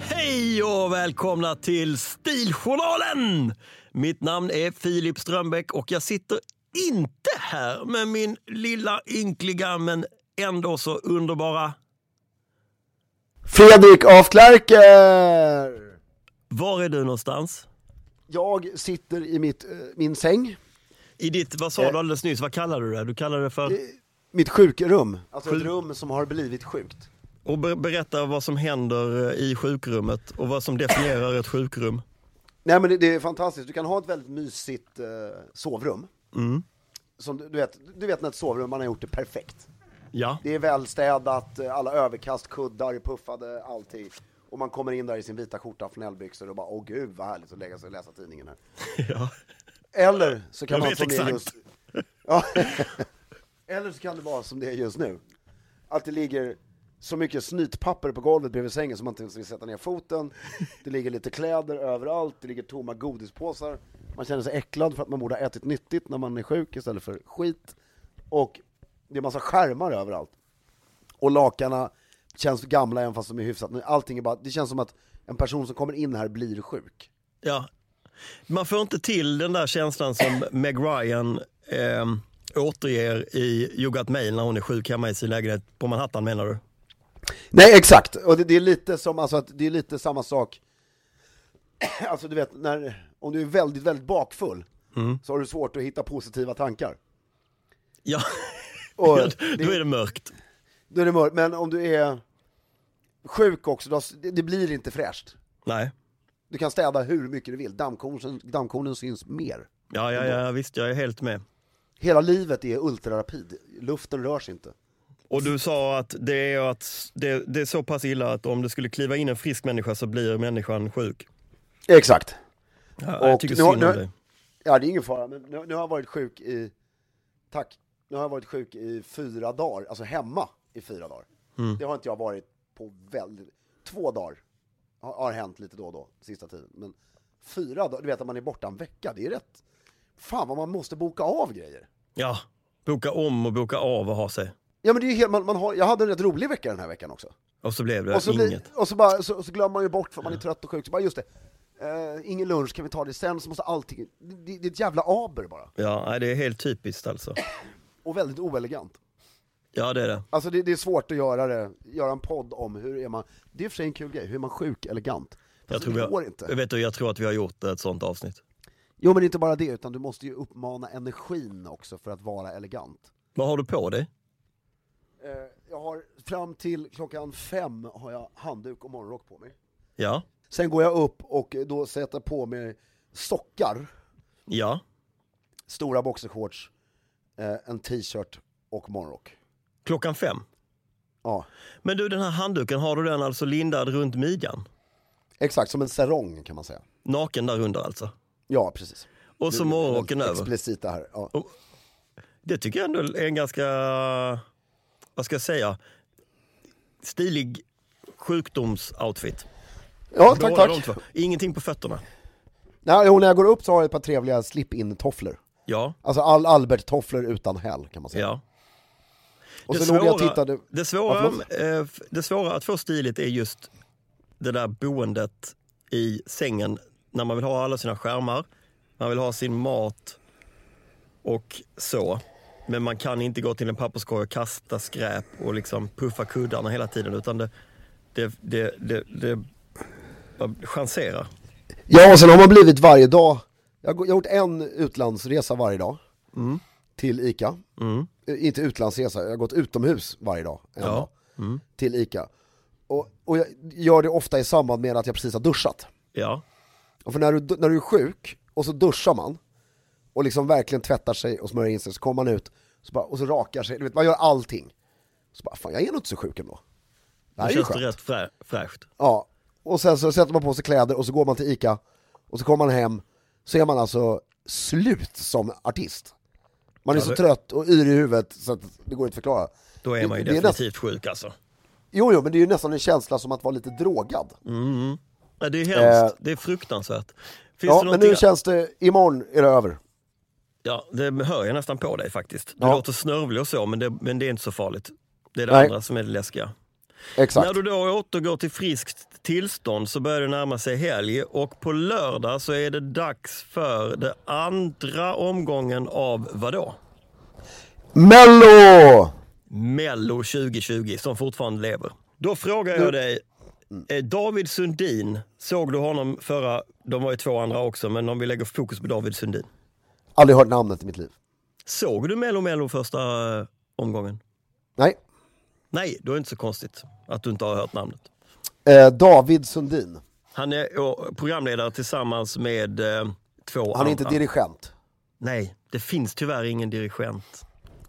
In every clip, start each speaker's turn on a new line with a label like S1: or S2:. S1: Hej och välkomna till Stiljournalen! Mitt namn är Filip Strömbäck och jag sitter inte här med min lilla ynkliga men ändå så underbara...
S2: Fredrik af Klerker!
S1: Var är du någonstans?
S2: Jag sitter i mitt, eh, min säng,
S1: I ditt, vad sa du alldeles nyss, vad kallade du det? Du kallade det för...
S2: mitt sjukrum. Alltså ett rum som har blivit sjukt.
S1: Och ber- berätta vad som händer eh, i sjukrummet och vad som definierar ett sjukrum.
S2: Nej men det, det är fantastiskt, du kan ha ett väldigt mysigt eh, sovrum. Som du, du, vet, du vet när ett sovrum, man har gjort det perfekt.
S1: Ja,
S2: Det är välstädat, eh, alla överkast, kuddar är puffade, allting. Och man kommer in där i sin vita skjorta, flanellbyxor och bara åh gud vad härligt att lägga sig och läsa tidningen här.
S1: ja.
S2: Eller så kan
S1: Jag
S2: man
S1: vet
S2: som det är just...
S1: exakt.
S2: Ja. Eller så kan det vara som det är just nu. Att det ligger så mycket snytpapper på golvet bredvid sängen som man inte ens vill sätta ner foten. Det ligger lite kläder överallt, det ligger tomma godispåsar. Man känner sig äcklad för att man borde ha ätit nyttigt när man är sjuk istället för skit. Och det är massa skärmar överallt. Och lakarna känns gamla även fast de är hyfsat nya. Allting är bara, det känns som att en person som kommer in här blir sjuk.
S1: Ja. Man får inte till den där känslan som Meg Ryan eh, återger i You Got Mail när hon är sjuk hemma i sin lägenhet på Manhattan menar du?
S2: Nej exakt, och det, det är lite som, alltså att det är lite samma sak Alltså du vet, när, om du är väldigt, väldigt bakfull Så har du svårt att hitta positiva tankar
S1: Ja,
S2: och
S1: då är
S2: det,
S1: det mörkt.
S2: då är det mörkt, men om du är sjuk också, då, det, det blir inte fräscht
S1: Nej,
S2: Du kan städa hur mycket du vill, dammkornen, dammkornen syns mer
S1: ja, ja, ja visst jag är helt med.
S2: Hela livet är ultrarapid, luften rör sig inte
S1: Och du sa att, det är, att det, det är så pass illa att om det skulle kliva in en frisk människa så blir människan sjuk.
S2: Exakt
S1: Ja, jag
S2: Och
S1: tycker
S2: nu har-
S1: synd om
S2: nu-
S1: dig.
S2: Ja, det är ingen fara, men nu, nu har jag varit sjuk i, tack, nu har jag varit sjuk i fyra dagar, alltså hemma i fyra dagar. Det har inte jag varit på väldigt, två dagar har, har hänt lite då och då, sista tiden. Men fyra dagar, du vet att man är borta en vecka, det är rätt, fan vad man måste boka av grejer.
S1: Ja, boka om och boka av och ha sig.
S2: Ja men det är ju helt, man, man har, jag hade en rätt rolig vecka den här veckan också.
S1: Och så blev det
S2: Och så,
S1: inget.
S2: blir, och så, bara, så, så glömmer man ju bort för man är trött och sjuk, så bara just det, eh, ingen lunch, kan vi ta det sen? Så måste allting, det, det är ett jävla aber bara.
S1: Ja, nej, det är helt typiskt alltså.
S2: Och väldigt oelegant.
S1: Ja, det är det.
S2: Alltså det, det är svårt att göra det, göra en podd om hur är man, det är i och för sig en kul grej, hur är man sjuk elegant? Fast
S1: Jag tror, vi
S2: Alltså, det går
S1: har,
S2: inte.
S1: jag, vet du, jag tror att vi har gjort ett sånt avsnitt.
S2: Jo men inte bara det, utan du måste ju uppmana energin också för att vara elegant.
S1: Vad har du på dig?
S2: Eh, jag har, fram till klockan fem har jag handduk och morgonrock på mig.
S1: Ja,
S2: Sen går jag upp och då sätter jag på mig sockar,
S1: ja,
S2: stora boxershorts, eh, en t-shirt och morgonrock.
S1: klockan fem.
S2: Ja,
S1: Men du, den här handduken, har du den alltså lindad runt midjan?
S2: exakt, som en sarong kan man säga.
S1: Naken där under alltså?
S2: Ja, precis.
S1: Och så
S2: Nu är vi
S1: morgonrocken
S2: väldigt
S1: över?
S2: Explicita här. Ja.
S1: Det tycker jag ändå är en ganska, vad ska jag säga, stilig sjukdomsoutfit.
S2: ja, tack
S1: Båda
S2: tack.
S1: de två. Ingenting på fötterna.
S2: Nej, jo, när jag går upp så har jag ett par trevliga slip-in-tofflor.
S1: Ja,
S2: Alltså all Albert-tofflor utan häl kan man säga.
S1: ja.
S2: Och
S1: Det
S2: så låg jag och
S1: svåra-
S2: tittade...
S1: Det
S2: Ja,
S1: svåra,
S2: förlåt.
S1: eh, f- det svåra att få stiligt är just det där boendet i sängen när man vill ha alla sina skärmar, man vill ha sin mat och så. Men man kan inte gå till en papperskorg och kasta skräp och liksom puffa kuddarna hela tiden utan det, det, det, det, det man chanserar.
S2: Ja, och sen har man blivit varje dag... Jag har gå- jag har gjort en utlandsresa varje dag.
S1: Mm.
S2: Till ICA. Eh, Inte utlandsresa, jag har gått utomhus varje dag. En
S1: Ja. Mm.
S2: dag till ICA. Och, och jag gör det ofta i samband med att jag precis har duschat.
S1: Ja,
S2: Och för när du, när du är sjuk och så duschar man och liksom verkligen tvättar sig och smörjer in sig, så kommer man ut så bara, och så rakar sig, du vet man gör allting. Så bara, fan jag är nog inte så sjuk ändå. Det här
S1: det
S2: är ju
S1: känns det
S2: skönt.
S1: rätt frä, fräscht.
S2: Ja, och sen så sätter man på sig kläder och så går man till ICA och så kommer man hem så är man alltså slut som artist. Man är
S1: Ja,
S2: så
S1: det-
S2: trött och yr i huvudet så att det går inte att förklara.
S1: Då är
S2: Det-
S1: man ju
S2: det är
S1: definitivt sjuk alltså.
S2: Jo, jo, men det är ju nästan en känsla som att vara lite drogad.
S1: Mm. Ja, det är hemskt,
S2: Eh.
S1: det är fruktansvärt. Finns
S2: ja,
S1: det
S2: men
S1: någonting-
S2: nu känns det, imorgon är det över.
S1: Ja, det hör jag nästan på dig faktiskt. Du
S2: Ja.
S1: låter snörvlig och så, men det, men det är inte så farligt. Det är det
S2: Nej.
S1: andra som är det läskiga.
S2: Exakt.
S1: När du då återgår till friskt tillstånd så börjar det närma sig helg och på lördag så är det dags för den andra omgången av vadå?
S2: Mello!
S1: Mello 2020 som fortfarande lever. Då frågar
S2: Mm.
S1: jag dig, eh, David Sundin, såg du honom förra, de var ju två andra också, men om vi lägger fokus på David Sundin.
S2: Aldrig hört namnet i mitt liv.
S1: Såg du Mello Mello första eh, omgången?
S2: Nej.
S1: Nej, då är det inte så konstigt att du inte har hört namnet.
S2: Eh, David Sundin.
S1: Han är eh, programledare tillsammans med eh, två
S2: Han är inte
S1: andra.
S2: dirigent.
S1: Nej, det finns tyvärr ingen dirigent.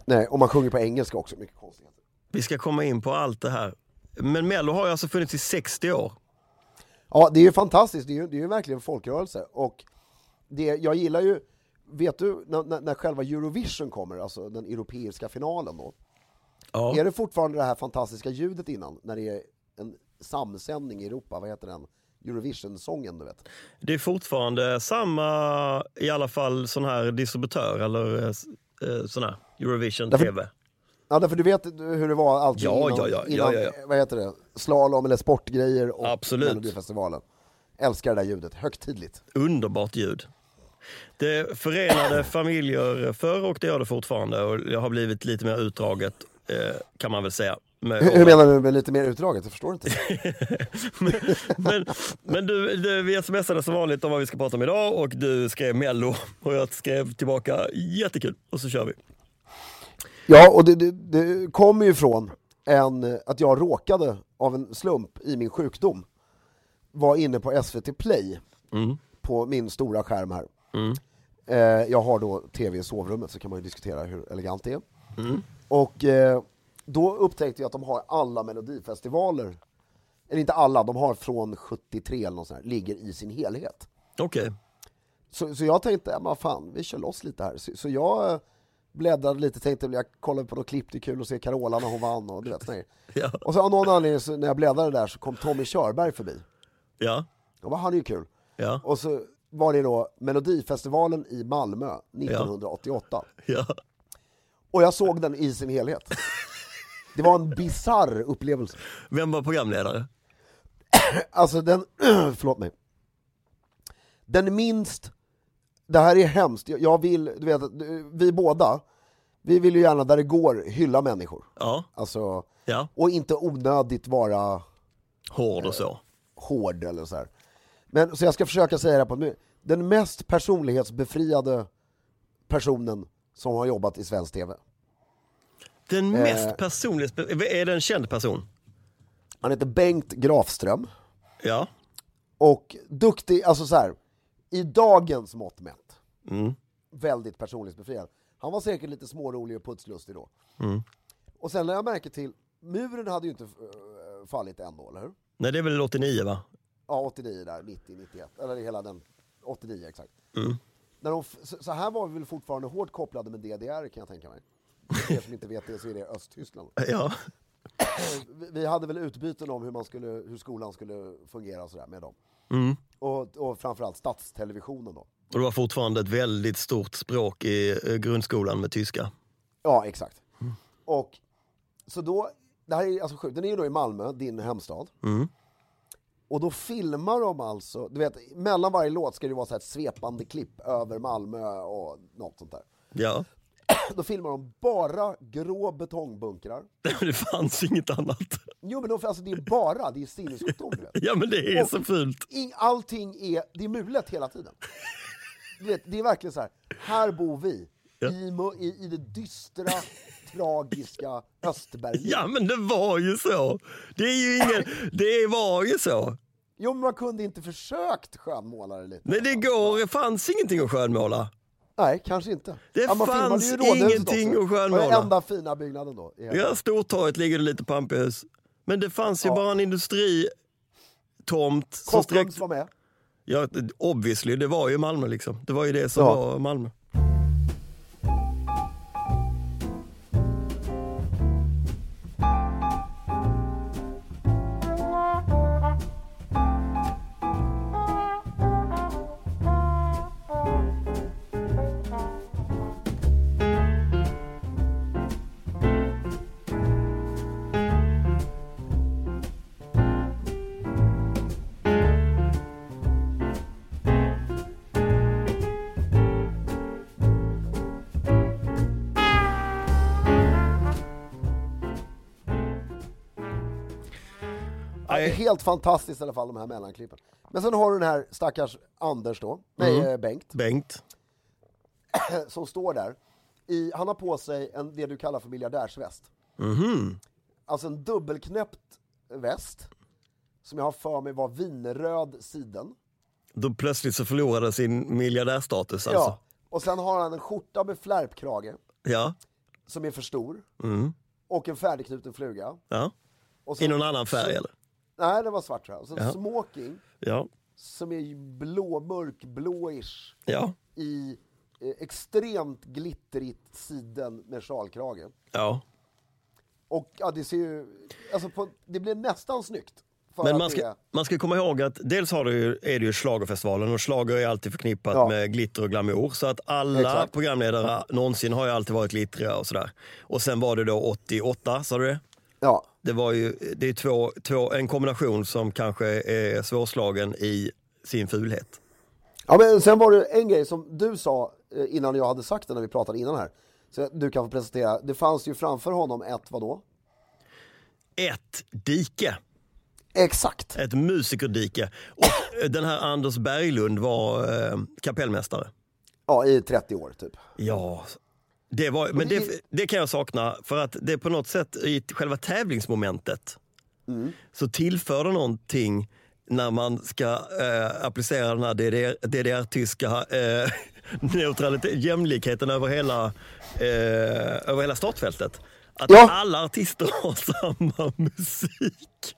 S2: Nej, och man sjunger på engelska också. Mycket konstigheter.
S1: Vi ska komma in på allt det här. Men Mello har ju alltså funnits i 60 år.
S2: Ja, det är ju fantastiskt. Det är ju, det är ju verkligen en folkrörelse. Och det, jag gillar ju, vet du, när, när, när själva Eurovision kommer, alltså den europeiska finalen då.
S1: Ja.
S2: Är det fortfarande det här fantastiska ljudet innan, när det är en samsändning i Europa? Vad heter den? Eurovision-sången, du vet.
S1: Det är fortfarande samma, i alla fall sån här distributör eller eh, s- eh, sån här Eurovision
S2: Därför-
S1: TV.
S2: Ja, därför du vet hur det var allting
S1: Ja,
S2: innan,
S1: ja, ja, ja,
S2: innan
S1: ja, ja.
S2: vad heter det, slalom eller sportgrejer och
S1: Absolut.
S2: Melodifestivalen. Älskar det där ljudet, högtidligt.
S1: Underbart ljud. Det förenade familjer förr och det gör det fortfarande och det har blivit lite mer utdraget eh, kan man väl säga. med
S2: Hur,
S1: åren.
S2: hur menar du med lite mer utdraget? Jag förstår inte.
S1: men, men du, du, vi smsade som vanligt om vad vi ska prata om idag och du skrev mello och jag skrev tillbaka jättekul och så kör vi.
S2: Ja, och det, det, det kommer ju från en, att jag råkade, av en slump, i min sjukdom, var inne på SVT Play på min stora skärm här. Eh, jag har då TV i sovrummet, så kan man ju diskutera hur elegant det är. Och eh, då upptäckte jag att de har alla melodifestivaler, eller inte alla, de har från 73 eller något sånt här, ligger i sin helhet.
S1: Okej,
S2: Så, så jag tänkte, ja, men fan, vi kör loss lite här. Så, så jag eh, bläddrade lite, tänkte, jag kollade på något klipp, det är kul att se Carola när hon vann och du vet, nej.
S1: ja,
S2: Och så av någon anledning, så, när jag bläddrade där, så kom Tommy Körberg förbi.
S1: ja,
S2: Jag bara, han är ju kul.
S1: ja,
S2: Och så var det då Melodifestivalen i Malmö 1988.
S1: ja.
S2: Och jag såg den i sin helhet. Det var en bizarr upplevelse.
S1: Vem var programledare?
S2: Alltså den, förlåt mig. Den minst, det här är hemskt, jag jag vill, du vet, vi båda, Vi vill ju gärna, där det går, hylla människor.
S1: Ja,
S2: Alltså,
S1: ja.
S2: och inte onödigt vara
S1: Hård och så.
S2: hård eller så här. Men så jag ska försöka säga det här på ett my- Den mest personlighetsbefriade personen som har jobbat i svensk TV.
S1: Den mest personliga... Är det en känd person?
S2: Han heter Bengt Grafström
S1: Ja.
S2: och duktig, alltså så här, i dagens mått mätt, väldigt personlighetsbefriad. Han var säkert lite smårolig och putslustig då. Och sen när jag märker till, muren hade ju inte eh, fallit än då, eller hur?
S1: Nej, det är väl 89 va?
S2: Ja, 89 där, 90, 91, eller hela den, 89 exakt. När de, f- så, så här var vi väl fortfarande hårt kopplade med DDR kan jag tänka mig. För er som inte vet det så är det Östtyskland.
S1: Ja.
S2: Vi- Vi hade väl utbyten om hur, man skulle, hur skolan skulle fungera och sådär med dem. Och, och framförallt statstelevisionen då.
S1: Och det var fortfarande ett väldigt stort språk i eh, grundskolan med tyska.
S2: Ja, exakt. Och så då, det här är alltså sjukt, den är ju då i Malmö, din hemstad. Och då filmar de alltså, du vet, mellan varje låt ska det ju vara så här ett svepande klipp över Malmö och något sånt där.
S1: Ja.
S2: Då filmar de bara grå betongbunkrar.
S1: Det fanns inget annat.
S2: Jo men de, alltså det är bara, det är sinnessjukdom du vet.
S1: Ja, men det är så fult.
S2: I- Allting är, det är mulet hela tiden. Du vet, det är verkligen så här, här bor vi. I, mo- i, I det dystra, tragiska Östberlin.
S1: Ja, men det var ju så. Det är ju ingen... Det var ju så.
S2: Jo, men man kunde inte försökt skönmåla det lite.
S1: Nej, det går... Det fanns ingenting att skönmåla.
S2: Nej, kanske inte.
S1: Det
S2: man filmade
S1: fanns
S2: ju Rådhuset
S1: ingenting
S2: också.
S1: att skönmåla.
S2: Det var den enda fina byggnaden då. i hela-
S1: Ja, Stortorget ligger det lite pamphus. Men det fanns ju bara en industritomt. som
S2: Kockums
S1: sträckte-
S2: var med.
S1: Ja, obviously, det var ju Malmö liksom. Det var ju det som
S2: Ja.
S1: var Malmö.
S2: Ja, det är
S1: Eh,
S2: helt fantastiskt i alla fall, de här mellanklippen. Men sen har du den här stackars Anders då, nej
S1: Mm.
S2: eh, Bengt, eh,
S1: Bengt.
S2: som står där. I, han har på sig en, det du kallar för miljardärsväst.
S1: Mhm.
S2: Alltså en dubbelknäppt väst, som jag har för mig var vinröd siden.
S1: Då plötsligt så förlorade sin miljardärstatus alltså.
S2: Ja. Och sen har han en skjorta med flärpkrage.
S1: Ja.
S2: som är för stor
S1: Mm.
S2: och en färdigknuten fluga.
S1: ja.
S2: Och så,
S1: I någon annan färg eller?
S2: Nej, det var svart tror jag. Så en smoking
S1: Ja.
S2: som är blå, mörkblåish
S1: Ja.
S2: i eh, extremt glittrigt siden med sjalkrage.
S1: Ja.
S2: Och ja, det ser ju... Alltså på, det blir nästan snyggt. För
S1: Men
S2: att
S1: man
S2: det är-
S1: ska, man ska komma ihåg att dels har du, ju- är det ju schlagerfestivalen och schlager är alltid förknippat
S2: Ja.
S1: med glitter och glamour. Så att alla
S2: Exakt.
S1: programledare någonsin har ju alltid varit glittriga och sådär. Och sen var det då 88, sa du det?
S2: Ja,
S1: Det, var ju, det är två, två, en kombination som kanske är svårslagen i sin fulhet.
S2: Ja, men sen var det en grej som du sa eh, innan jag hade sagt det när vi pratade innan här. Så du kan få presentera. Det fanns ju framför honom ett vadå?
S1: Ett dike.
S2: Exakt!
S1: Ett musikerdike. Och eh, den här Anders Berglund var eh, kapellmästare.
S2: Ja, i 30 år typ.
S1: Ja, det var, men det, det kan jag sakna för att det på något sätt i själva tävlingsmomentet så tillför det någonting när man ska eh, applicera den här DDR, DDR-tyska eh, neutralitet, jämlikheten över hela, eh, över hela startfältet. Att
S2: Ja.
S1: alla artister har samma musik.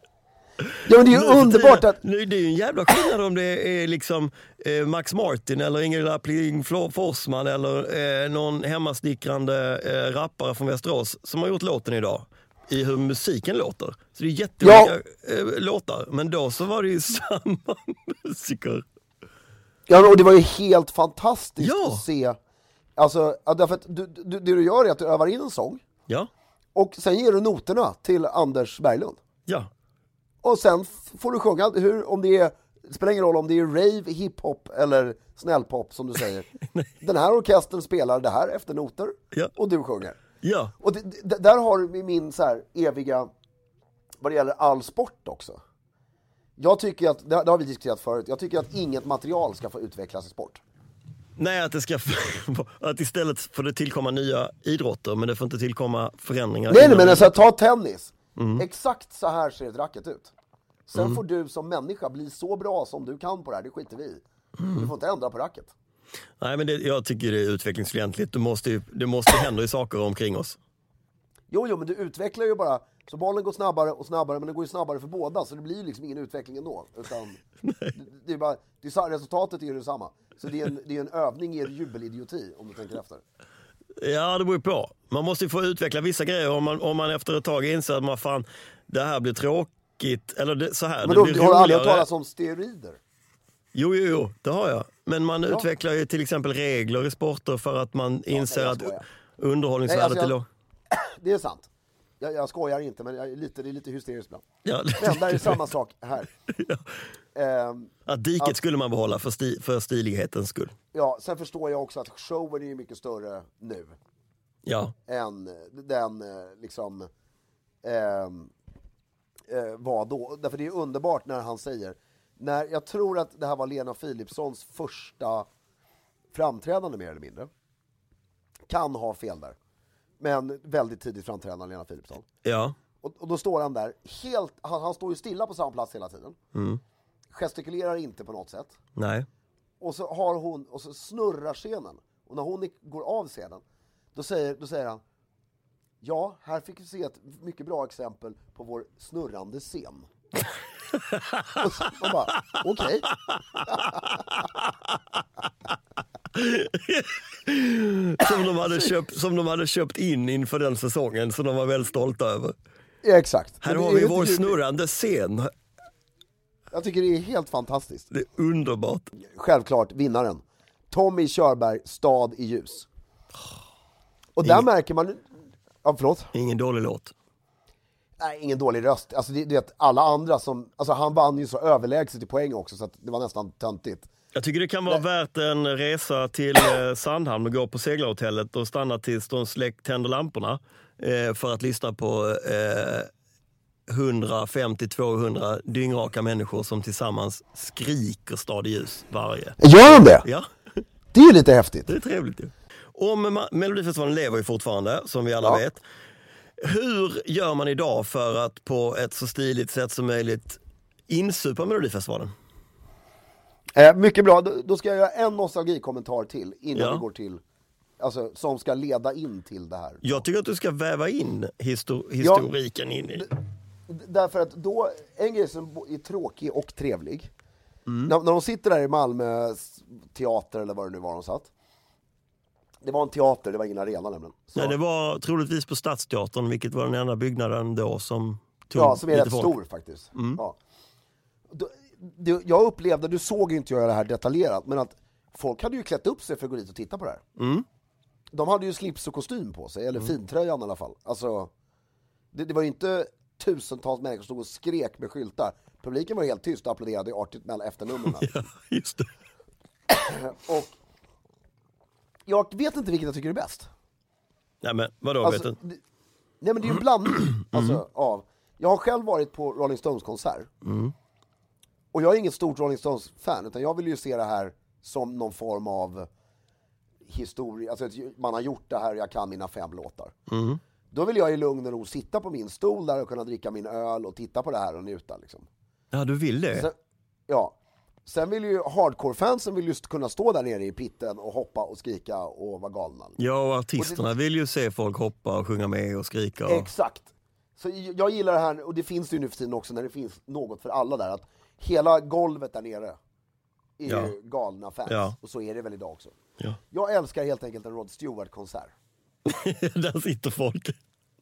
S2: Ja, men det är
S1: Nu för
S2: ju underbart
S1: tiden-
S2: att...
S1: Nu, det är ju en jävla skillnad om det är liksom eh, Max Martin eller Ingrid Pling Forsman eller eh, någon hemmasnickrande eh, rappare från Västerås som har gjort låten idag i hur musiken låter. Så det är jätteolika eh, låtar, men då så var det ju samma musiker.
S2: Ja, och det var ju helt fantastiskt
S1: Ja.
S2: att se. Alltså, ja, därför att du, du, det du gör är att du övar in en sång
S1: Ja,
S2: och sen ger du noterna till Anders Berglund.
S1: ja,
S2: Och sen f- får du sjunga, hur, om det är Det spelar ingen roll om det är rave, hiphop eller snällpop som du säger. Den här orkestern spelar det här efter noter
S1: Ja.
S2: och du sjunger.
S1: Ja.
S2: Och det, det, där har vi min så här eviga, vad det gäller all sport också. Jag tycker att, det har det har vi diskuterat förut, jag tycker att inget material ska få utvecklas i sport.
S1: Nej, att, det ska, att istället får det tillkomma nya idrotter men det får inte tillkomma förändringar.
S2: Nej, nej
S1: inom- Mm.
S2: men alltså, ta tennis. Exakt så här ser ett racket ut. Sen får du som människa bli så bra som du kan på det här, det skiter vi i.
S1: Mm.
S2: Du får inte ändra på racket.
S1: Nej, men det, jag tycker det är utvecklingsfientligt. Det måste, ju, det måste hända ju saker omkring oss.
S2: Jo, jo, men du utvecklar ju bara, så bollen går snabbare och snabbare, men den går ju snabbare för båda, så det blir ju liksom ingen utveckling ändå. Utan det, det är bara, det är, sa- resultatet är ju detsamma. Så det är en, det är en övning i jubelidioti, om du tänker efter.
S1: Ja, det beror ju på. Man måste ju få utveckla vissa grejer om man, om man efter ett tag inser att man fan, det här blir tråkigt. Eller det, så här,
S2: Men då,
S1: det blir
S2: har du aldrig hört
S1: roligare.
S2: talas om steroider?
S1: Jo, jo, jo, det har jag. Men man utvecklar ju till exempel regler i sporter för att man inser
S2: jag
S1: att
S2: skojar.
S1: underhållningsvärdet
S2: Nej, alltså,
S1: är
S2: jag-
S1: lågt.
S2: Det är sant. Jag, jag skojar inte, men jag är lite, det är lite hysteriskt ibland.
S1: Ja,
S2: Men där är samma sak här. Ehm,
S1: att diket skulle man behålla för, sti, för stilighetens skull.
S2: ja, sen förstår jag också att showen är ju mycket större nu
S1: Ja,
S2: än den eh, liksom ehm, eh, var då. Därför det är underbart när han säger, när, jag tror att det här var Lena Philipssons första framträdande mer eller mindre. Kan ha fel där. Men väldigt tidigt framträdande Lena Philipsson.
S1: ja.
S2: Och, och då står han där, helt, han, han står ju stilla på samma plats hela tiden. Gestikulerar inte på något sätt.
S1: Nej.
S2: Och så har hon, och så snurrar scenen. Och när hon i- går av scenen, då säger, då säger han Ja, här fick vi se ett mycket bra exempel på vår snurrande scen. och så, man bara, okej.
S1: Som de, hade köpt, som de hade köpt in inför den säsongen, så de var väldigt stolta över.
S2: Ja, exakt.
S1: Här
S2: Men det
S1: har
S2: är
S1: vi
S2: ju
S1: vår
S2: inte-
S1: snurrande scen.
S2: Jag tycker det är helt fantastiskt.
S1: Det är underbart.
S2: Självklart vinnaren. Tommy Körberg, Stad i ljus. Och där märker man... Ja, förlåt?
S1: Ingen dålig låt.
S2: Nej, ingen dålig röst. Alltså, det, du vet, alla andra som... Alltså, han vann ju så överlägset i poäng också, så att det var nästan töntigt.
S1: Jag tycker det kan vara värt en resa till eh, Sandhamn och gå på seglarhotellet och stanna tills de släck, tänder lamporna eh, för att lyssna på eh, 150-200 dyngraka människor som tillsammans skriker stad i ljus varje.
S2: Gör han det?
S1: Ja,
S2: Det är ju lite häftigt.
S1: det är trevligt ju. Om ma- Melodifestivalen lever ju fortfarande, som vi alla
S2: Ja.
S1: vet. Hur gör man idag för att på ett så stiligt sätt som möjligt insupa Melodifestivalen?
S2: Eh, mycket bra. Då, då ska jag göra en nostalgikommentar till innan
S1: Ja.
S2: vi går till... Alltså, som ska leda in till det här.
S1: Jag tycker att du ska väva in histor- historiken in i...
S2: D- Därför att då, en grej som bo- är tråkig och trevlig,
S1: Mm.
S2: när, när de sitter där i Malmö s- teater eller vad det nu var de satt. Det var en teater, det var ingen arena nämligen. Så,
S1: Nej, det var troligtvis på Stadsteatern, vilket var den enda byggnaden då som tog
S2: ja, som är
S1: lite
S2: rätt
S1: folk. Mm.
S2: stor faktiskt. Ja. Då, det, jag upplevde, du såg ju inte jag det här detaljerat, men att folk hade ju klätt upp sig för att gå dit och titta på det här.
S1: Mm.
S2: De hade ju slips och kostym på sig, eller fintröjan i alla fall. Alltså, det, det var ju inte tusentals människor som stod och skrek med skyltar. Publiken var helt tyst och applåderade artigt mellan efternumren.
S1: Ja, just det.
S2: Och jag vet inte vilket jag tycker är bäst.
S1: Nej, men vadå?
S2: Alltså,
S1: vet du? Mm.
S2: det, nej men det är ju en blandning alltså, av... Jag har själv varit på Rolling Stones konsert.
S1: Mm.
S2: Och jag är inget stort Rolling Stones-fan, utan jag vill ju se det här som någon form av historia, alltså att man har gjort det här, jag kan mina fem låtar.
S1: Mm.
S2: Då vill jag i lugn och ro sitta på min stol där och kunna dricka min öl och titta på det här och njuta liksom.
S1: Ja, du vill det?
S2: Sen, ja. Sen vill ju hardcore-fansen vill just kunna stå där nere i pitten och hoppa och skrika och vara galna. liksom.
S1: Ja, och artisterna vill ju se folk hoppa och sjunga med och skrika. Och...
S2: Exakt. Så j- jag gillar det här, och det finns det ju nu för tiden också när det finns något för alla där, att hela golvet där nere är
S1: Ja.
S2: ju galna fans.
S1: Ja.
S2: Och så är det väl idag också.
S1: Ja.
S2: Jag älskar helt enkelt en Rod Stewart-konsert.
S1: Där sitter folk.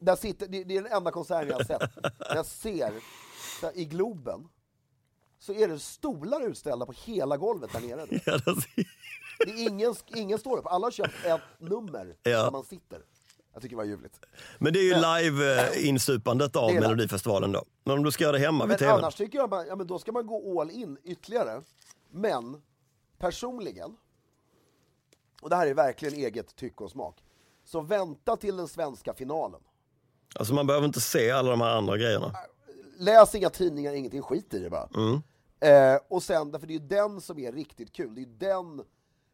S2: Där sitter, det, det är den enda konserten jag har sett. När jag ser där i Globen så är det stolar utställda på hela golvet där nere.
S1: Ja, där si-
S2: Det är ingen, ingen står upp, alla har köpt ett nummer
S1: Ja.
S2: där man sitter. Jag tycker det var ljuvligt.
S1: Men det är ju live-insupandet av
S2: Det är live.
S1: Melodifestivalen då. Men om du ska göra det hemma vid
S2: Men
S1: tvn.
S2: annars tycker jag man, ja, men då ska man gå all in ytterligare. Men personligen, och det här är verkligen eget tycke och smak, så vänta till den svenska finalen.
S1: Alltså man behöver inte se alla de här andra grejerna.
S2: Läs inga tidningar, ingenting, skit i det bara. Eh, och sen, därför det är ju den som är riktigt kul, det är ju den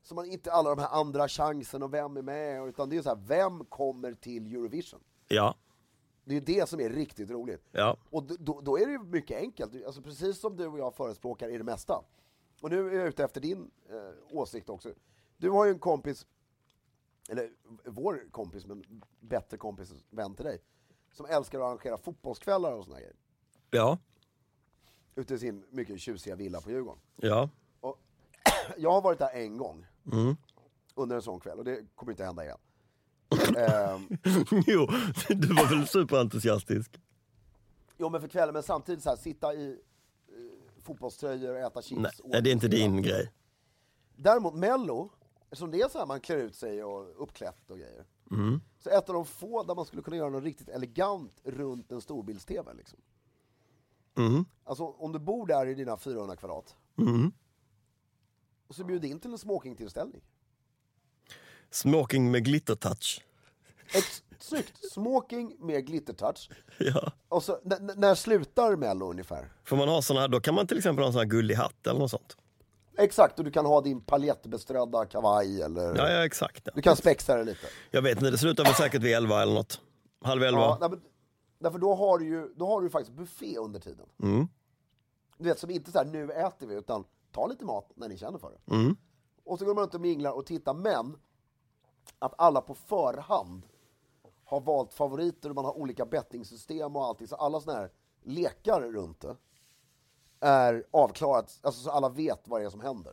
S2: som man inte alla de här andra chansen och vem är med, utan det är så här, vem kommer till Eurovision?
S1: Ja,
S2: Det är ju det som är riktigt roligt.
S1: ja.
S2: Och d- då, då är det ju mycket enkelt, alltså precis som du och jag förespråkar i det mesta. Och nu är jag ute efter din eh, åsikt också. Du har ju en kompis, eller vår kompis, men bättre kompis, vän till dig, som älskar att arrangera fotbollskvällar och såna grejer.
S1: Ja,
S2: Ute i sin mycket tjusiga villa på Djurgården.
S1: ja.
S2: Och jag har varit där en gång,
S1: Mm.
S2: under en sån kväll, och det kommer inte hända igen. Ehm,
S1: Jo, du var väl superentusiastisk?
S2: Jo men för kvällen, men samtidigt så här, sitta i eh, fotbollströjor och äta chips.
S1: Nej,
S2: och-
S1: det är inte din grej.
S2: Däremot Mello, eftersom det är så här man klär ut sig och uppklätt och grejer. Så ett av de få där man skulle kunna göra något riktigt elegant runt en storbilds-tv. Liksom. Alltså om du bor där i dina 400 kvadrat. Och så bjud in till en smokingtillställning.
S1: Smoking med glittertouch.
S2: Ett snyggt smoking med glittertouch.
S1: Ja.
S2: Och så, n- n- när slutar Mello ungefär?
S1: Får man ha såna här, då kan man till exempel ha en sån här gullig hatt eller något sånt.
S2: Exakt, och du kan ha din paljettbeströdda kavaj eller...
S1: Ja, ja exakt.
S2: Du
S1: Ja.
S2: kan spexa det lite.
S1: Jag vet inte, det slutar väl säkert vid elva eller något. Halv elva.
S2: Ja, nej, men, därför då har, du ju, då har du ju faktiskt buffé under tiden.
S1: Mm.
S2: Du vet, som inte så här, nu äter vi, utan ta lite mat när ni känner för det.
S1: Mm.
S2: Och så går man runt och minglar och tittar, men att alla på förhand har valt favoriter och man har olika bettingsystem och allting, så alla såna här lekar runt det är avklarat, alltså så alla vet vad det är som händer.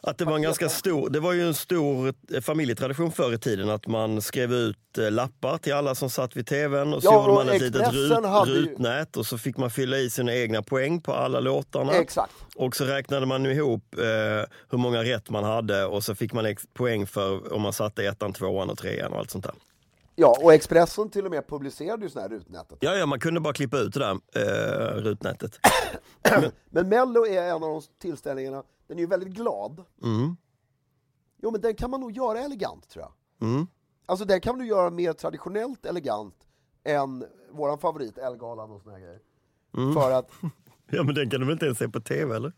S1: att det var en ganska stor, det var ju en stor eh, familjetradition förr i tiden att man skrev ut eh, lappar till alla som satt vid tvn och så
S2: Ja,
S1: gjorde
S2: och
S1: man ett litet
S2: Expressen
S1: rut,
S2: hade ju-
S1: rutnät och så fick man fylla i sina egna poäng på alla låtarna.
S2: Exakt.
S1: Och så räknade man ihop eh, hur många rätt man hade och så fick man ex- poäng för om man satte ettan, tvåan och trean och allt sånt där.
S2: Ja, och Expressen till och med publicerade ju sån här rutnätet.
S1: Ja, ja, man kunde bara klippa ut det där eh, rutnätet.
S2: Men Mello är en av de tillställningarna, den är ju väldigt glad. Jo men den kan man nog göra elegant tror jag. Alltså den kan du göra mer traditionellt elegant än våran favorit Ellegalan och såna här grejer. För att,
S1: Ja, men den kan du väl inte ens se på tv eller?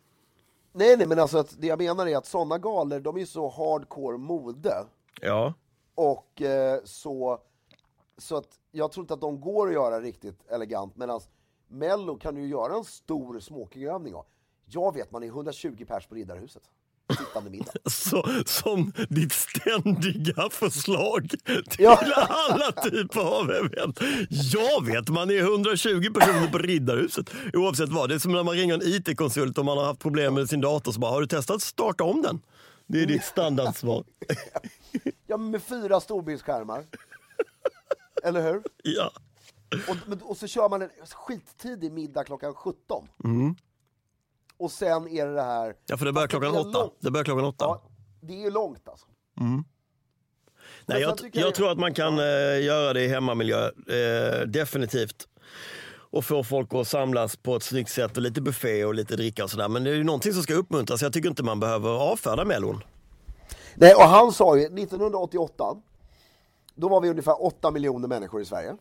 S2: nej nej men alltså att det jag menar är att såna galor de är ju så hardcore mode
S1: Ja,
S2: och eh, så, så att jag tror inte att de går att göra riktigt elegant medan Mello kan du ju göra en stor smokingövning av. Jag vet man är 120 pers på Riddarhuset, sittande middag.
S1: så, som ditt ständiga förslag till
S2: Ja.
S1: alla typer av event. Jag vet, man är 120 personer på Riddarhuset oavsett vad. Det är som när man ringer en IT-konsult om man har haft problem med sin dator så bara, har du testat att starta om den? Det är ditt standardsvar.
S2: Ja, men med fyra storbildsskärmar. Eller hur?
S1: Ja.
S2: Och, men- och så kör man en skittidig middag klockan 17. Och sen är det det här...
S1: ja, för det börjar klockan
S2: det är
S1: åtta.
S2: långt.
S1: Det börjar klockan åtta.
S2: Ja, det är ju långt alltså.
S1: Nej,
S2: Men
S1: jag,
S2: sen tycker
S1: jag
S2: jag-
S1: tror att man kan eh, göra det i hemmamiljö, eh, definitivt. och får folk att samlas på ett snyggt sätt och lite buffé och lite dricka och sådär. Men det är ju någonting som ska uppmuntras. Jag tycker inte man behöver avfärda Mellon.
S2: Nej, och han sa ju 1988, då var vi ungefär 8 miljoner människor i Sverige.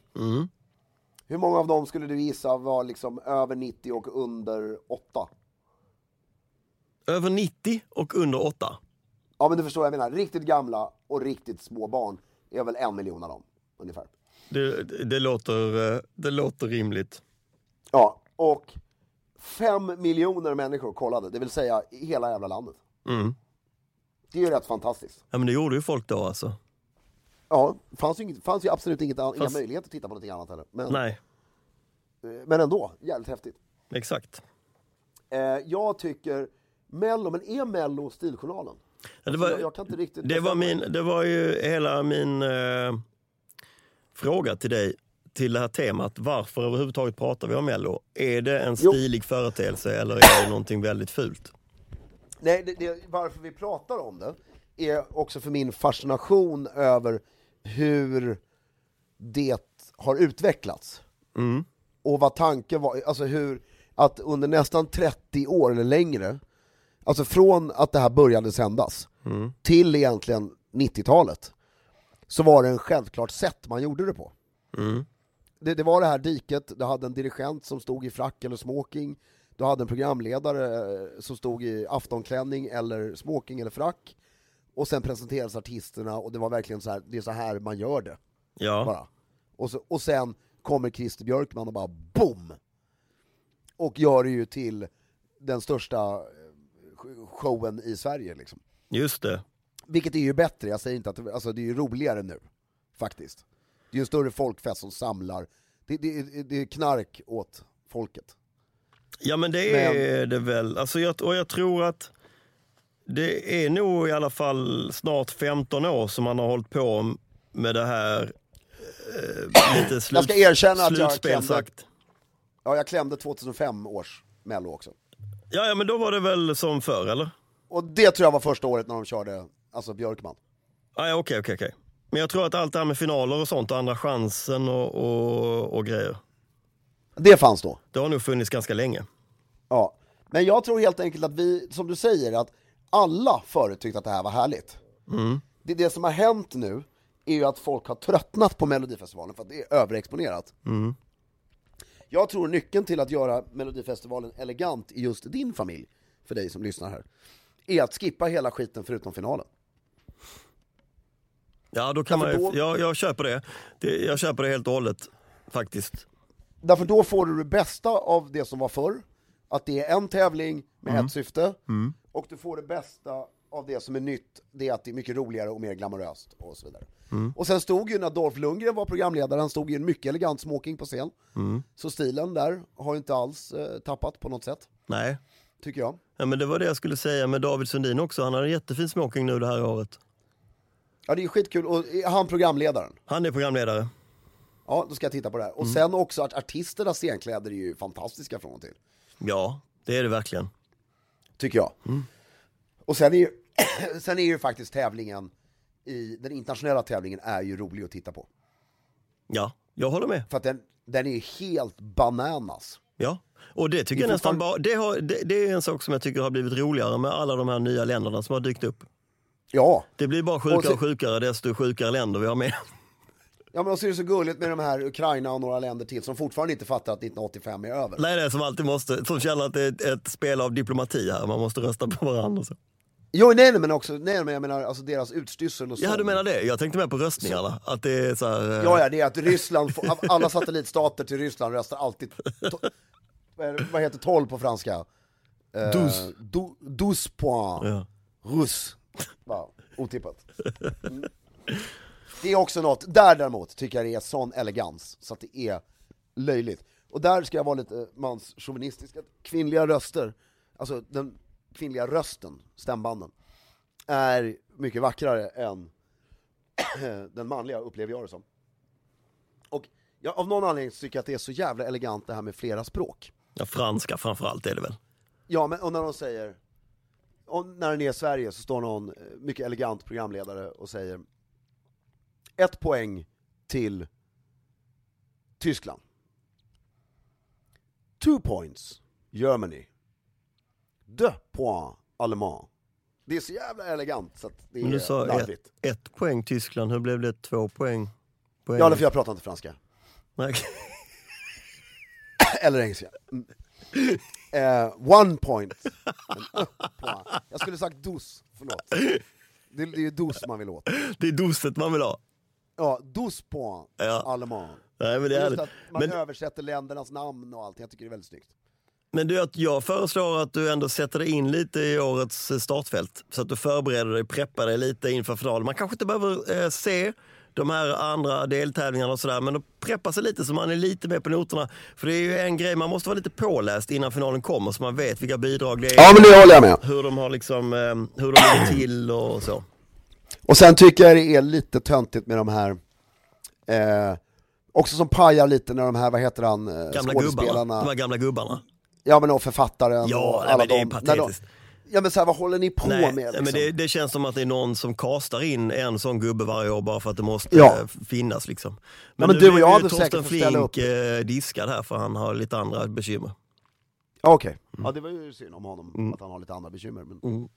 S2: Hur många av dem skulle du gissa var liksom över 90 och under 8?
S1: Över 90 och under 8.
S2: Ja, men du förstår vad jag menar. Riktigt gamla och riktigt små barn är väl en miljon av dem, ungefär.
S1: Det, det, låter, eh, det låter rimligt.
S2: Ja, och 5 miljoner människor kollade, det vill säga i hela jävla landet. Det är ju rätt fantastiskt.
S1: Ja, men det gjorde ju folk då alltså.
S2: Ja, fanns ju, inget- fanns ju absolut inget, an- inga möjligheter att titta på någonting annat heller. Men,
S1: Nej,
S2: men ändå, jävligt häftigt.
S1: exakt.
S2: Eh, jag tycker Mello, men är Mello Stiljournalen?
S1: Ja, det
S2: Alltså,
S1: var,
S2: jag, jag kan inte riktigt...
S1: det var, min, det var ju hela min eh, fråga till dig till det här temat. Varför överhuvudtaget pratar vi om Mello? Är det en
S2: Jo.
S1: stilig företeelse eller är det någonting väldigt fult?
S2: Nej, det, det, varför vi pratar om det är också för min fascination över hur det har utvecklats. Och vad tanken var, alltså hur, att under nästan 30 år eller längre, alltså från att det här började sändas, till egentligen 90-talet, så var det en självklart sätt man gjorde det på. det, det var det här diket, du hade en dirigent som stod i frack eller smoking, du hade en programledare eh, som stod i aftonklänning eller smoking eller frack, och sen presenterades artisterna och det var verkligen så här, det är så här man gör det.
S1: Ja,
S2: Bara. Och, så, och sen kommer Christer Björkman och bara BOOM! Och gör det ju till den största eh, sh- showen i Sverige liksom.
S1: just det.
S2: Vilket är ju bättre, jag säger inte att det, alltså det är ju roligare nu, faktiskt. Det är ju en större folkfest som samlar, det, det, det är knark åt folket.
S1: Ja men det är det väl. Alltså jag, och jag tror att det är nog i alla fall snart 15 år som man har hållit på med det här eh, lite slut,
S2: Jag ska erkänna att jag
S1: slutspelsakt.
S2: Ja, jag klämde 2005 års mello också.
S1: Ja, ja men då var det väl som förr eller?
S2: Och det tror jag var första året när de körde, alltså Björkman.
S1: Ah, ja, okej, okej, okej. Men jag tror att allt det här med finaler och sånt och andra chansen och, och, och grejer.
S2: Det fanns då.
S1: Det har nog funnits ganska länge.
S2: Ja. Men jag tror helt enkelt att vi, som du säger, att alla förut tyckte att det här var härligt. Det, det som har hänt nu är ju att folk har tröttnat på Melodifestivalen för att det är överexponerat. Jag tror nyckeln till att göra Melodifestivalen elegant i just din familj, för dig som lyssnar här, är att skippa hela skiten förutom finalen.
S1: Ja, då kan
S2: Ja,
S1: man
S2: för
S1: ju,
S2: då-
S1: jag, jag köper det. det. Jag köper det helt och hållet faktiskt.
S2: Därför då får du det bästa av det som var förr, att det är en tävling med ett syfte, och du får det bästa av det som är nytt, det är att det är mycket roligare och mer glamoröst och så vidare. Och sen stod ju när Dolph Lundgren var programledare, han stod i en mycket elegant smoking på scen. Så stilen där har ju inte alls eh, tappat på något sätt,
S1: Nej,
S2: tycker jag.
S1: ja, men det var det jag skulle säga med David Sundin också. Han har en jättefin smoking nu det här året.
S2: Ja det är ju skitkul, och är han programledaren,
S1: Han är programledare.
S2: ja då ska jag titta på det här. Och
S1: Mm.
S2: sen också att artisternas scenkläder är ju fantastiska från och till.
S1: Ja, det är det verkligen.
S2: tycker jag.
S1: Mm.
S2: Och sen är, ju, sen är ju faktiskt tävlingen, i, den internationella tävlingen är ju rolig att titta på.
S1: Ja, jag håller med.
S2: För att den, den är ju helt bananas.
S1: Ja, och det tycker
S2: Det är
S1: jag nästan bara,
S2: fortfarande-
S1: det, har, det, det är en sak som jag tycker har blivit roligare med alla de här nya länderna som har dykt upp.
S2: Ja,
S1: Det blir bara sjukare och,
S2: Och så-
S1: sjukare desto sjukare länder vi har med.
S2: ja men och så är det så gulligt med de här Ukraina och några länder till som fortfarande inte fattar att 1985 är över.
S1: Nej, det är som alltid måste, som känner att det är ett, ett spel av diplomati här, man måste rösta på varandra. och Så.
S2: Jo, nej, nej men också, nej men jag menar alltså deras utstyrsel och
S1: Ja,
S2: sång.
S1: du menar det? Jag tänkte mer på röstningarna, att det är så här, eh,
S2: Ja, ja, det är att Ryssland, får- av alla satellitstater till Ryssland röstar alltid, to- vad är det- vad heter 12 på franska? Eh,
S1: Douze.
S2: dou- douze points.
S1: Ja.
S2: Russ. Bara, otippat. Mm. Det är också något, där däremot tycker jag det är sån elegans, så att det är löjligt. Och där ska jag vara lite eh, manschauvinistisk, att kvinnliga röster, alltså den kvinnliga rösten, stämbanden, är mycket vackrare än den manliga, upplever jag det som. Och jag, av någon anledning så tycker jag att det är så jävla elegant det här med flera språk.
S1: ja, franska framförallt är det väl?
S2: Ja, men och när de säger, och när den är i Sverige så står någon eh, mycket elegant programledare och säger ett poäng till Tyskland. Two points, Germany. Deux points, Allemand. Det är så jävla elegant så att det
S1: Men
S2: är
S1: du sa ett,
S2: larvigt.
S1: ett poäng Tyskland, hur blev det två poäng? poäng?
S2: Ja, för jag pratar inte franska.
S1: Nej.
S2: Eller engelska. Mm. Eh, one point. Men, eh, point. Jag skulle sagt dos, förlåt. Det, det är ju dos man vill åt.
S1: Det är doset man vill ha.
S2: Ja, dos point,
S1: Ja.
S2: Allemand.
S1: Nej, men, det är
S2: Just
S1: det.
S2: att man
S1: Men,
S2: översätter ländernas namn och allt. Jag tycker det är väldigt snyggt.
S1: men du, att jag föreslår att du ändå sätter dig in lite i årets eh, startfält. Så att du förbereder dig, preppar dig lite inför finalen. Man kanske inte behöver eh, se de här andra deltävlingarna och sådär, men att preppa sig lite så man är lite med på noterna. För det är ju en grej, man måste vara lite påläst innan finalen kommer så man vet vilka bidrag det är.
S2: men det håller jag med.
S1: Hur de har liksom, eh, hur de ligger till och så.
S2: Och sen tycker jag det är lite töntigt med de här, eh, också som pajar lite när de här, vad heter han, eh,
S1: Gamla gubbarna.
S2: skådespelarna,
S1: De här gamla gubbarna.
S2: ja men och författaren
S1: Ja,
S2: och
S1: nej,
S2: alla
S1: men det är
S2: dem.
S1: patetiskt.
S2: De, ja men så här, vad håller ni på
S1: Nej,
S2: med? Liksom?
S1: men det, det känns som att det är någon som kastar in en sån gubbe varje år bara för att det måste
S2: Ja.
S1: eh, finnas. Liksom.
S2: men
S1: nu
S2: du och
S1: blev
S2: jag
S1: ju
S2: hade
S1: Torsten
S2: säkert fått
S1: Flink,
S2: ställa
S1: eh, diskad här för han har lite andra bekymmer.
S2: Ja, Okej, Mm. ja det var ju synd om honom, att han har lite andra bekymmer. Men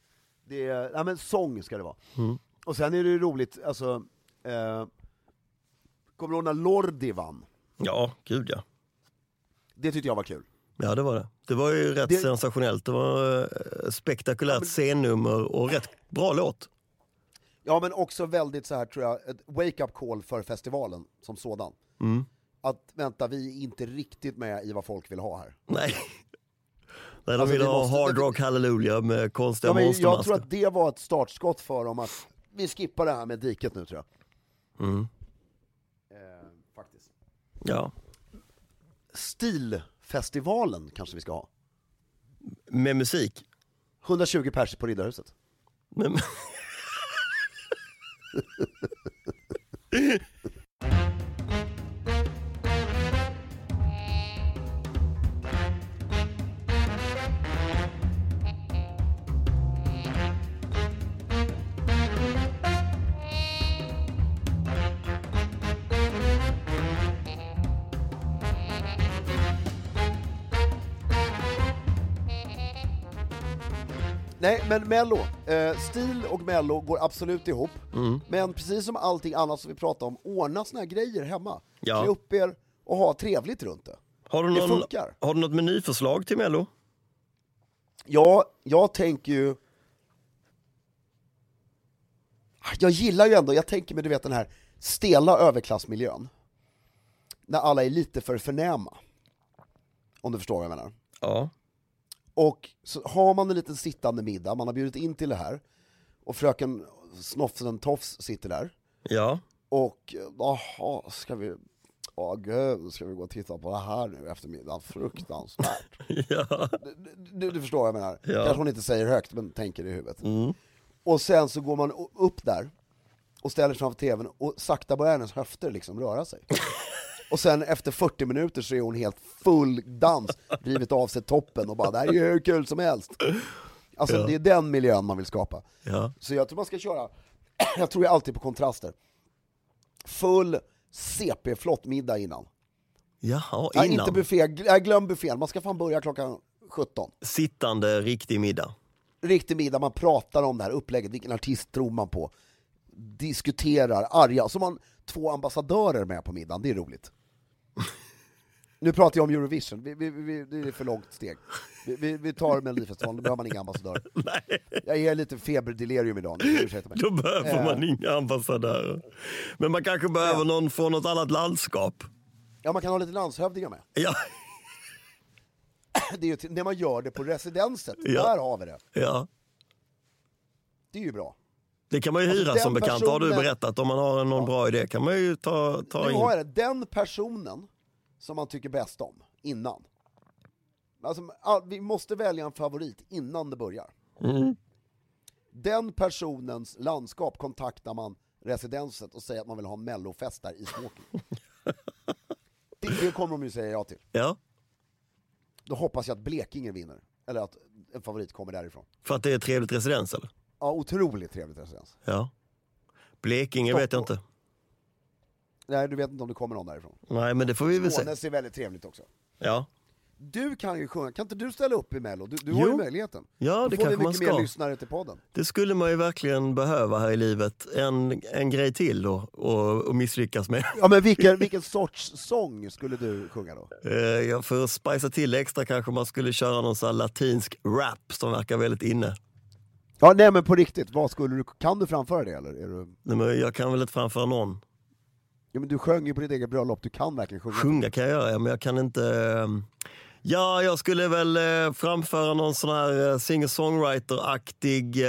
S2: det är, ja, men sång ska det vara. Och sen är det ju roligt, alltså, eh, kommer du ihåg när Lordi vann?
S1: Ja, gud ja.
S2: Det tyckte jag var kul.
S1: Ja, det var det. Det var ju rätt
S2: Det-
S1: sensationellt. Det var eh, spektakulärt scennummer och rätt bra låt.
S2: Ja men också väldigt så här tror jag, ett wake-up call för festivalen som sådan. Mm. Att vänta, vi är inte riktigt med i vad folk vill ha här.
S1: Nej. Nej, de
S2: Alltså,
S1: ville
S2: vi
S1: ha
S2: måste-
S1: Hard Rock Hallelujah med konstiga
S2: Ja, men jag
S1: monstermasker.
S2: tror att det var ett startskott för dem att vi skippar det här med diket nu tror jag.
S1: Mm.
S2: Eh, faktiskt.
S1: Ja.
S2: Stilfestivalen kanske vi ska ha.
S1: Med musik.
S2: 120 pers på Riddarhuset.
S1: Men...
S2: Nej, men Mello. Eh, stil och Mello går absolut ihop. Men precis som allting annat som vi pratar om, ordna såna här grejer hemma.
S1: Ja.
S2: Klä upp er och ha trevligt runt det.
S1: Har du,
S2: Det
S1: någon,
S2: funkar.
S1: har du något menyförslag till Mello?
S2: Ja, jag tänker ju... Ah, Jag gillar ju ändå, jag tänker mig du vet den här stela överklassmiljön. När alla är lite för förnäma. Om du förstår vad jag menar.
S1: Ja.
S2: Och så har man en liten sittande middag, man har bjudit in till det här. Och fröken Snofsen Tofs sitter där.
S1: Ja.
S2: Och eh, jaha, ska vi... Åh gud, ska vi gå och titta på det här nu i eftermiddag? Fruktansvärt.
S1: ja.
S2: Du, du förstår vad jag menar.
S1: Ja. Mm.
S2: Kanske hon inte säger högt, men tänker i huvudet. Och sen så går man o- upp där och ställer sig framför tvn och sakta börjar hennes höfter liksom röra sig. Och sen efter 40 minuter så är hon helt full dans, rivit av sig toppen och bara det här är ju hur kul som helst. Alltså det är den miljön man vill skapa.
S1: Ja.
S2: Så jag tror man ska köra, jag tror jag alltid på kontraster. Full CP-flott middag innan.
S1: Jaha,
S2: Nej,
S1: innan.
S2: inte buffé, gl- nej, glöm buffén, man ska fan börja klockan 17.
S1: Sittande riktig middag.
S2: riktig middag, man pratar om det här upplägget, vilken artist tror man på? Diskuterar, arga, så har man två ambassadörer med på middagen, det är roligt. Nu pratar jag om Eurovision, vi, vi, vi, det är för långt steg. Vi, vi, vi tar Melodifestivalen, då behöver man inga ambassadörer.
S1: Nej,
S2: Jag är lite feberdelirium idag, ni får ursäkta mig.
S1: då behöver man inga ambassadörer. Men man kanske behöver någon från något annat landskap.
S2: Ja, man kan ha lite landshövdingar med.
S1: Ja,
S2: Det är ju till, när man gör det på residenset,
S1: Ja.
S2: där har vi det.
S1: ja.
S2: Det är ju bra.
S1: Det kan man ju
S2: Alltså,
S1: hyra
S2: den
S1: som bekant, har du
S2: personen-
S1: berättat. Om man har någon bra idé kan man ju ta, ta
S2: Nu
S1: in.
S2: har jag det. Den personen som man tycker bäst om, innan. Alltså, all- vi måste välja en favorit innan det börjar.
S3: Mm.
S2: Den personens landskap kontaktar man residenset och säger att man vill ha en mellofest där i smoking. det, det kommer de ju säga ja till.
S1: Ja,
S2: Då hoppas jag att Blekinge vinner, eller att en favorit kommer därifrån.
S1: för att det är ett trevligt residens eller?
S2: Ja, otroligt trevligt residens.
S1: Ja. Blekinge vet jag inte.
S2: Nej, du vet inte om det kommer någon därifrån.
S1: Nej, men det får vi väl se.
S2: Skåne ser väldigt trevligt också.
S1: Ja.
S3: Du kan ju sjunga, kan inte du ställa upp i Mello? Du, du har ju
S1: Jo.
S3: möjligheten.
S1: Ja,
S3: Då
S1: det
S3: får vi
S1: kanske man
S3: mycket mer
S1: ska.
S3: lyssnare till podden.
S1: Det skulle man ju verkligen behöva här i livet. En, en grej till då, och, och misslyckas med.
S3: Ja men vilken, vilken sorts sång skulle du sjunga då?
S1: Eh, ja, För att spicea till extra kanske man skulle köra någon sån här latinsk rap som verkar väldigt inne.
S3: Ja nej men på riktigt, vad skulle du, kan du framföra det eller? Är du,
S1: Nej, men Jag kan väl inte framföra någon.
S3: ja men du sjöng ju på ditt eget bröllop, du kan verkligen sjunga.
S1: Sjunga kan jag göra, ja, men jag kan inte... ehm, Ja, jag skulle väl eh, framföra någon sån här eh, singer-songwriter-aktig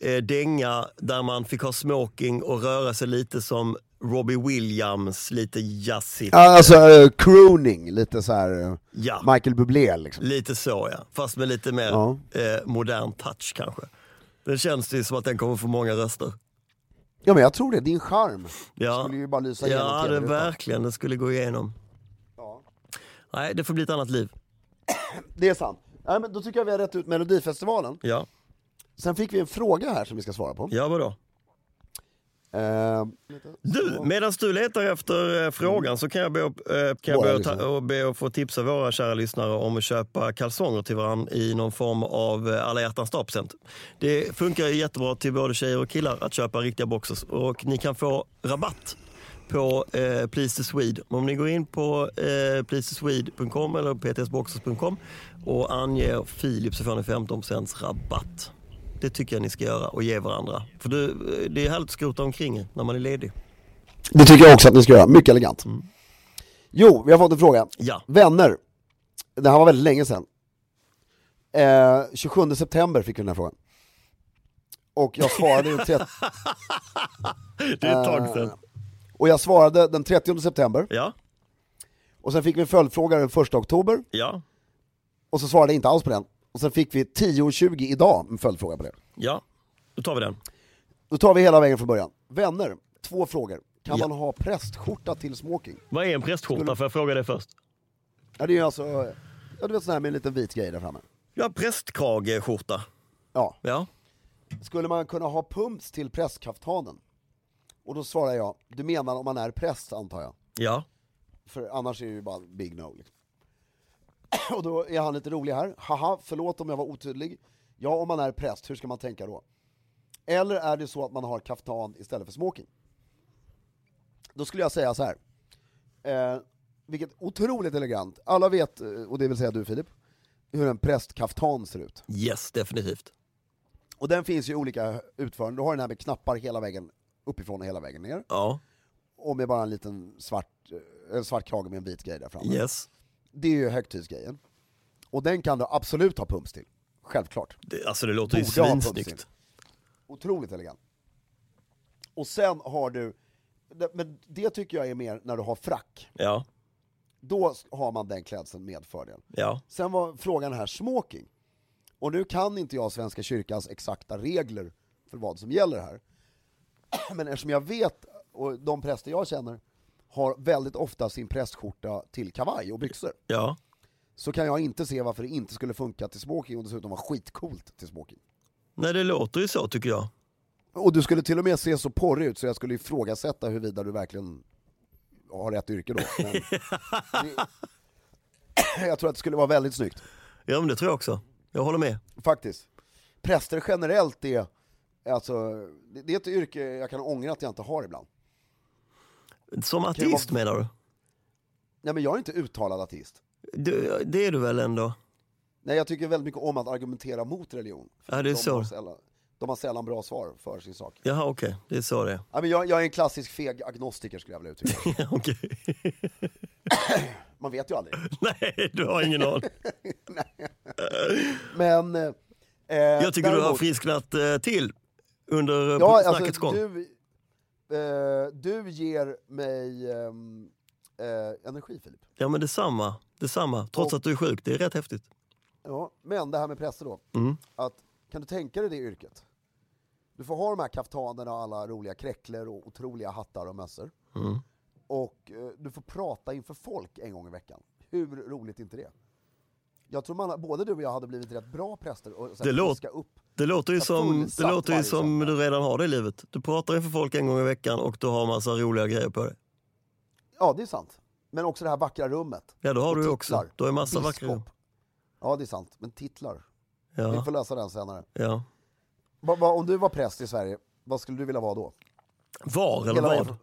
S1: eh, eh, dänga där man fick ha smoking och röra sig lite som Robbie Williams, lite jazzigt.
S3: Ja, alltså eh, crooning, lite så här eh,
S1: Ja.
S3: Michael Bublé liksom.
S1: Lite så ja, fast med lite mer
S3: Ja.
S1: eh, modern touch kanske. Det känns ju som att den kommer få många röster.
S3: Ja men jag tror det, din charm
S1: Ja,
S3: skulle ju bara lysa
S1: ja
S3: igenom
S1: det
S3: TV-rutan.
S1: verkligen, den skulle gå igenom.
S3: Ja.
S1: Nej, det får bli ett annat liv.
S3: Det är sant. Nej men då tycker jag vi har rätt ut Melodifestivalen.
S1: Ja,
S3: Sen fick vi en fråga här som vi ska svara på.
S1: ja vadå?
S3: Eh,
S1: Du, medan du letar efter eh, frågan så kan jag be, eh, kan jag
S3: Våra
S1: be, att
S3: lyssnare.
S1: ta, och be att få tipsa våra kära lyssnare om att köpa kalsonger till varandra i någon form av eh, alla hjärtans dagpresent. Det funkar ju jättebra till både tjejer och killar att köpa riktiga boxers och ni kan få rabatt på eh, Please to Swede. Om ni går in på eh, pleasetoswede.com eller ptsboxers.com och anger Filip så får ni 15% rabatt. Det tycker jag ni ska göra och ge varandra. För du, eh, det är härligt att skrota omkring när man är ledig.
S3: det tycker jag också att ni ska göra, mycket elegant.
S1: Mm.
S3: Jo, vi har fått en fråga.
S1: Ja.
S3: Vänner, det här var väldigt länge sedan. Eh, 27 september fick vi den här frågan. Och jag svarade, den tret-
S1: Det är ett
S3: Eh.
S1: tag sedan.
S3: och jag svarade den 30 september,
S1: Ja,
S3: och sen fick vi en följdfråga den 1 oktober,
S1: ja,
S3: och så svarade jag inte alls på den. Och sen fick vi 10.20 idag, en följdfråga på det.
S1: ja. Då tar vi den.
S3: Då tar vi hela vägen från början. Vänner, två frågor. Kan
S1: Ja.
S3: man ha prästskjorta till smoking?
S1: Vad är en prästskjorta? Får jag fråga det först?
S3: Ja det är ju alltså, ja du vet sån här med en liten vit grej där framme.
S1: Ja, prästkrageskjorta.
S3: Ja.
S1: Ja.
S3: Skulle man kunna ha pumps till prästkaftanen? Och då svarar jag, du menar om man är präst antar jag?
S1: Ja.
S3: För annars är det ju bara big no liksom. Och då är han lite rolig här, haha förlåt om jag var otydlig. Ja om man är präst, hur ska man tänka då? Eller är det så att man har kaftan istället för smoking? Då skulle jag säga så här. Eh, vilket otroligt elegant, alla vet, eh, och det vill säga du Filip, hur en prästkaftan ser ut.
S1: Yes, definitivt.
S3: Och den finns ju i olika utföranden, du har den här med knappar hela vägen uppifrån och hela vägen ner.
S1: Ja,
S3: Och med bara en liten svart, eh, en svart krage med en vit grej där framme.
S1: yes.
S3: Det är ju högtidsgrejen. Och den kan du absolut ha pumps till. Självklart.
S1: Det, alltså det låter ju
S3: Borde ha pumps till.
S1: svinsnyggt.
S3: Otroligt elegant. Och sen har du, det- men det tycker jag är mer när du har frack.
S1: Ja,
S3: Då s- har man den klädseln med fördel.
S1: ja.
S3: Sen var frågan här smoking. Och nu kan inte jag Svenska kyrkans exakta regler för vad som gäller här. Men eftersom jag vet, och de präster jag känner, har väldigt ofta sin prästskjorta till kavaj och byxor.
S1: Ja,
S3: Så kan jag inte se varför det inte skulle funka till smoking och dessutom vara skitcoolt till smoking.
S1: nej det låter ju så tycker jag.
S3: Och du skulle till och med se så porrig ut så jag skulle ifrågasätta huruvida du verkligen har rätt yrke då. Men det, jag tror att det skulle vara väldigt snyggt.
S1: Ja men det tror jag också. Jag håller med.
S3: faktiskt. Präster generellt är, alltså, det, det är ett yrke jag kan ångra att jag inte har ibland.
S1: Som
S3: ju
S1: ateist
S3: vara-
S1: menar du?
S3: Nej men jag är inte uttalad ateist.
S1: du? Det är du väl ändå?
S3: Nej jag tycker väldigt mycket om att argumentera mot religion. För
S1: Ja, det är
S3: de, Har
S1: så.
S3: sällan, de har sällan bra svar för sin sak.
S1: Jaha okej, det är så det är.
S3: Nej, men jag, jag är en klassisk feg agnostiker skulle jag vilja uttrycka det.
S1: Ja, okej.
S3: Man vet ju aldrig.
S1: Nej, du har ingen aning.
S3: Men... Eh,
S1: Jag tycker du har frisknat eh, till under eh,
S3: ja,
S1: snackets
S3: alltså,
S1: gång.
S3: du, eh, du ger mig ehm, eh, energi Filip.
S1: Ja men detsamma, detsamma. Trots
S3: Och-
S1: att du är sjuk, det är rätt häftigt.
S3: Ja, men det här med präster då.
S1: Mm.
S3: Att, kan du tänka dig det yrket? Du får ha de här kaftanerna och alla roliga kräcklor och otroliga hattar och mössor.
S1: Mm.
S3: Och eh, du får prata inför folk en gång i veckan. Hur roligt är inte det? Jag tror man, både du och jag hade blivit rätt bra präster och sen
S1: Det låt-
S3: friska upp.
S1: Det låter ju
S3: Jag
S1: som, det
S3: fullsatt
S1: låter ju
S3: varje
S1: som
S3: söndag.
S1: du redan har det i livet. Du pratar inför folk en gång i veckan och du har massa roliga grejer på dig.
S3: Ja, det är sant.
S2: Men också det här vackra rummet.
S1: Ja, då har
S2: Och
S1: du ju också.
S2: titlar.
S1: Du har ju massa
S2: Biskop.
S1: vackra...
S2: Ja, det är sant. Men titlar. Vi
S1: Ja,
S2: får lösa den senare.
S1: ja.
S2: Va, va, om du var präst i Sverige, vad skulle du vilja vara då?
S1: Var eller
S2: Hela
S1: vad?
S2: världen.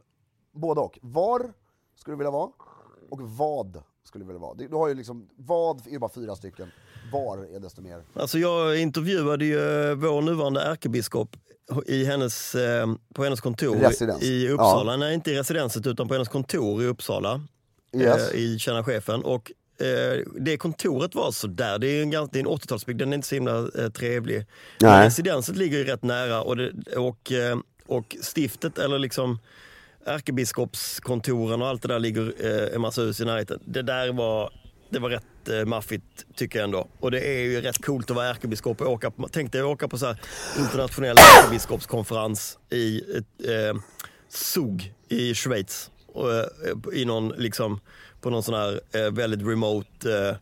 S2: Både och. Var skulle du vilja vara? Och vad skulle du vilja vara? Du, du har ju liksom, vad är ju bara fyra stycken. Var är desto mer.
S1: Alltså jag intervjuade ju eh, vår nuvarande ärkebiskop i hennes, eh, på hennes kontor i-
S2: Residens.
S1: i Uppsala. Nej, inte i residenset utan på hennes kontor i Uppsala.
S2: Yes.
S1: eh, i Tjäna chefen. Och eh, det kontoret var så där. Det är ju en, gans- det är en 80-talsbyggnad, den är inte så himla eh, trevlig. Men
S2: Nej.
S1: Residenset ligger ju rätt nära och, det, och, eh, och stiftet eller liksom ärkebiskopskontoren och allt det där ligger eh, en massa hus i närheten. Det där var, det var rätt eh, maffigt tycker jag ändå. Och det är ju rätt coolt att vara ärkebiskop och åka på, tänk dig att åka på så här internationell ärkebiskopskonferens i ett, eh, Zug i Schweiz. Och, eh, I någon, liksom, på någon sån här eh, väldigt remote eh,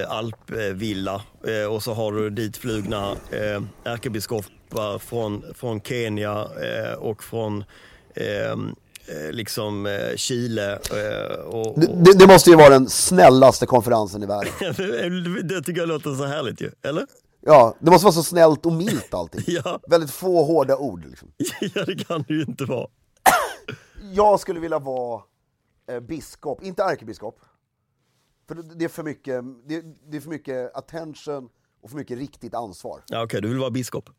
S1: eh, alpvilla. Eh, och så har du dit flugna eh, ärkebiskopar från, från Kenya eh, och från eh, eh, liksom eh, Chile. Eh, och, och,
S2: Det, det måste ju vara den snällaste konferensen i världen.
S1: det tycker jag låter så härligt ju, eller?
S2: Ja, det måste vara så snällt och milt allting.
S1: Ja.
S2: Väldigt få hårda ord. Liksom.
S1: ja, det kan det ju inte vara.
S2: Jag skulle vilja vara eh, biskop, inte ärkebiskop. För det, det, är för mycket, det, det är för mycket attention och för mycket riktigt ansvar.
S1: Ja, Okej, du vill vara biskop.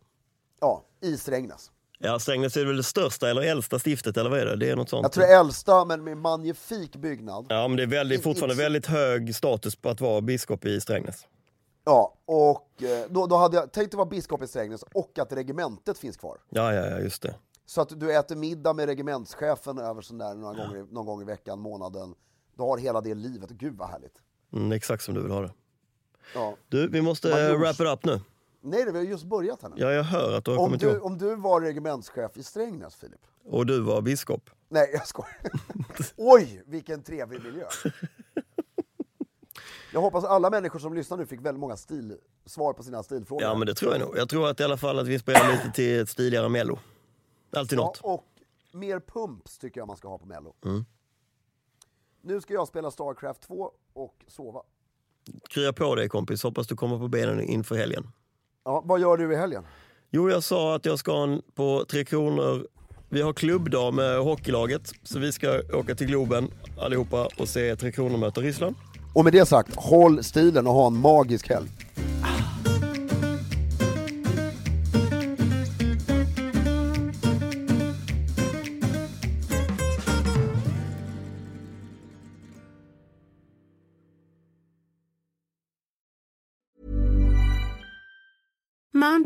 S2: Ja, i Strängnäs.
S1: Ja, Strängnäs är väl det största eller äldsta stiftet, eller vad är det? Det är något sånt.
S2: Jag tror det är äldsta, men med magnifik byggnad.
S1: Ja, men det är väldigt, fortfarande väldigt hög status på att vara biskop i Strängnäs.
S2: Ja, och eh, då, då hade jag tänkt att vara biskop i Strängnäs och att regementet finns kvar.
S1: Ja, ja, ja, just det.
S2: Så att du äter middag med regementschefen över sån där några gånger, i- någon gång i veckan, månaden. Du har hela det livet. Gud vad härligt.
S1: Mm, exakt som du vill ha det.
S2: Ja.
S1: Du, vi måste
S2: Man
S1: eh,
S2: gjorde-
S1: wrap it up nu.
S2: Nej, det har just börjat här nu.
S1: Ja, jag hör att du har
S2: om,
S1: kommit
S2: du,
S1: ihåg.
S2: om du var regementschef i Strängnäs, Filip.
S1: Och du var biskop.
S2: Nej, jag skojar. Oj, vilken trevlig miljö. Jag hoppas alla människor som lyssnar nu fick väldigt många stil, svar på sina stilfrågor.
S1: Ja, men det tror jag nog. Jag tror att i alla fall att vi inspirerar lite till ett stiligare mello. Alltid något. Mm.
S2: Ja, och mer pumps tycker jag man ska ha på Mello. Nu ska jag spela Starcraft 2 och sova.
S1: Krya på dig kompis, hoppas du kommer på benen inför helgen.
S2: Ja, vad gör du i helgen?
S1: Jo, jag sa att jag ska en- på Tre Kronor. Vi har klubbdag med hockeylaget, så vi ska åka till Globen allihopa och se Tre Kronor möta Ryssland.
S2: Och med det sagt, håll stilen och ha en magisk helg.
S4: Mom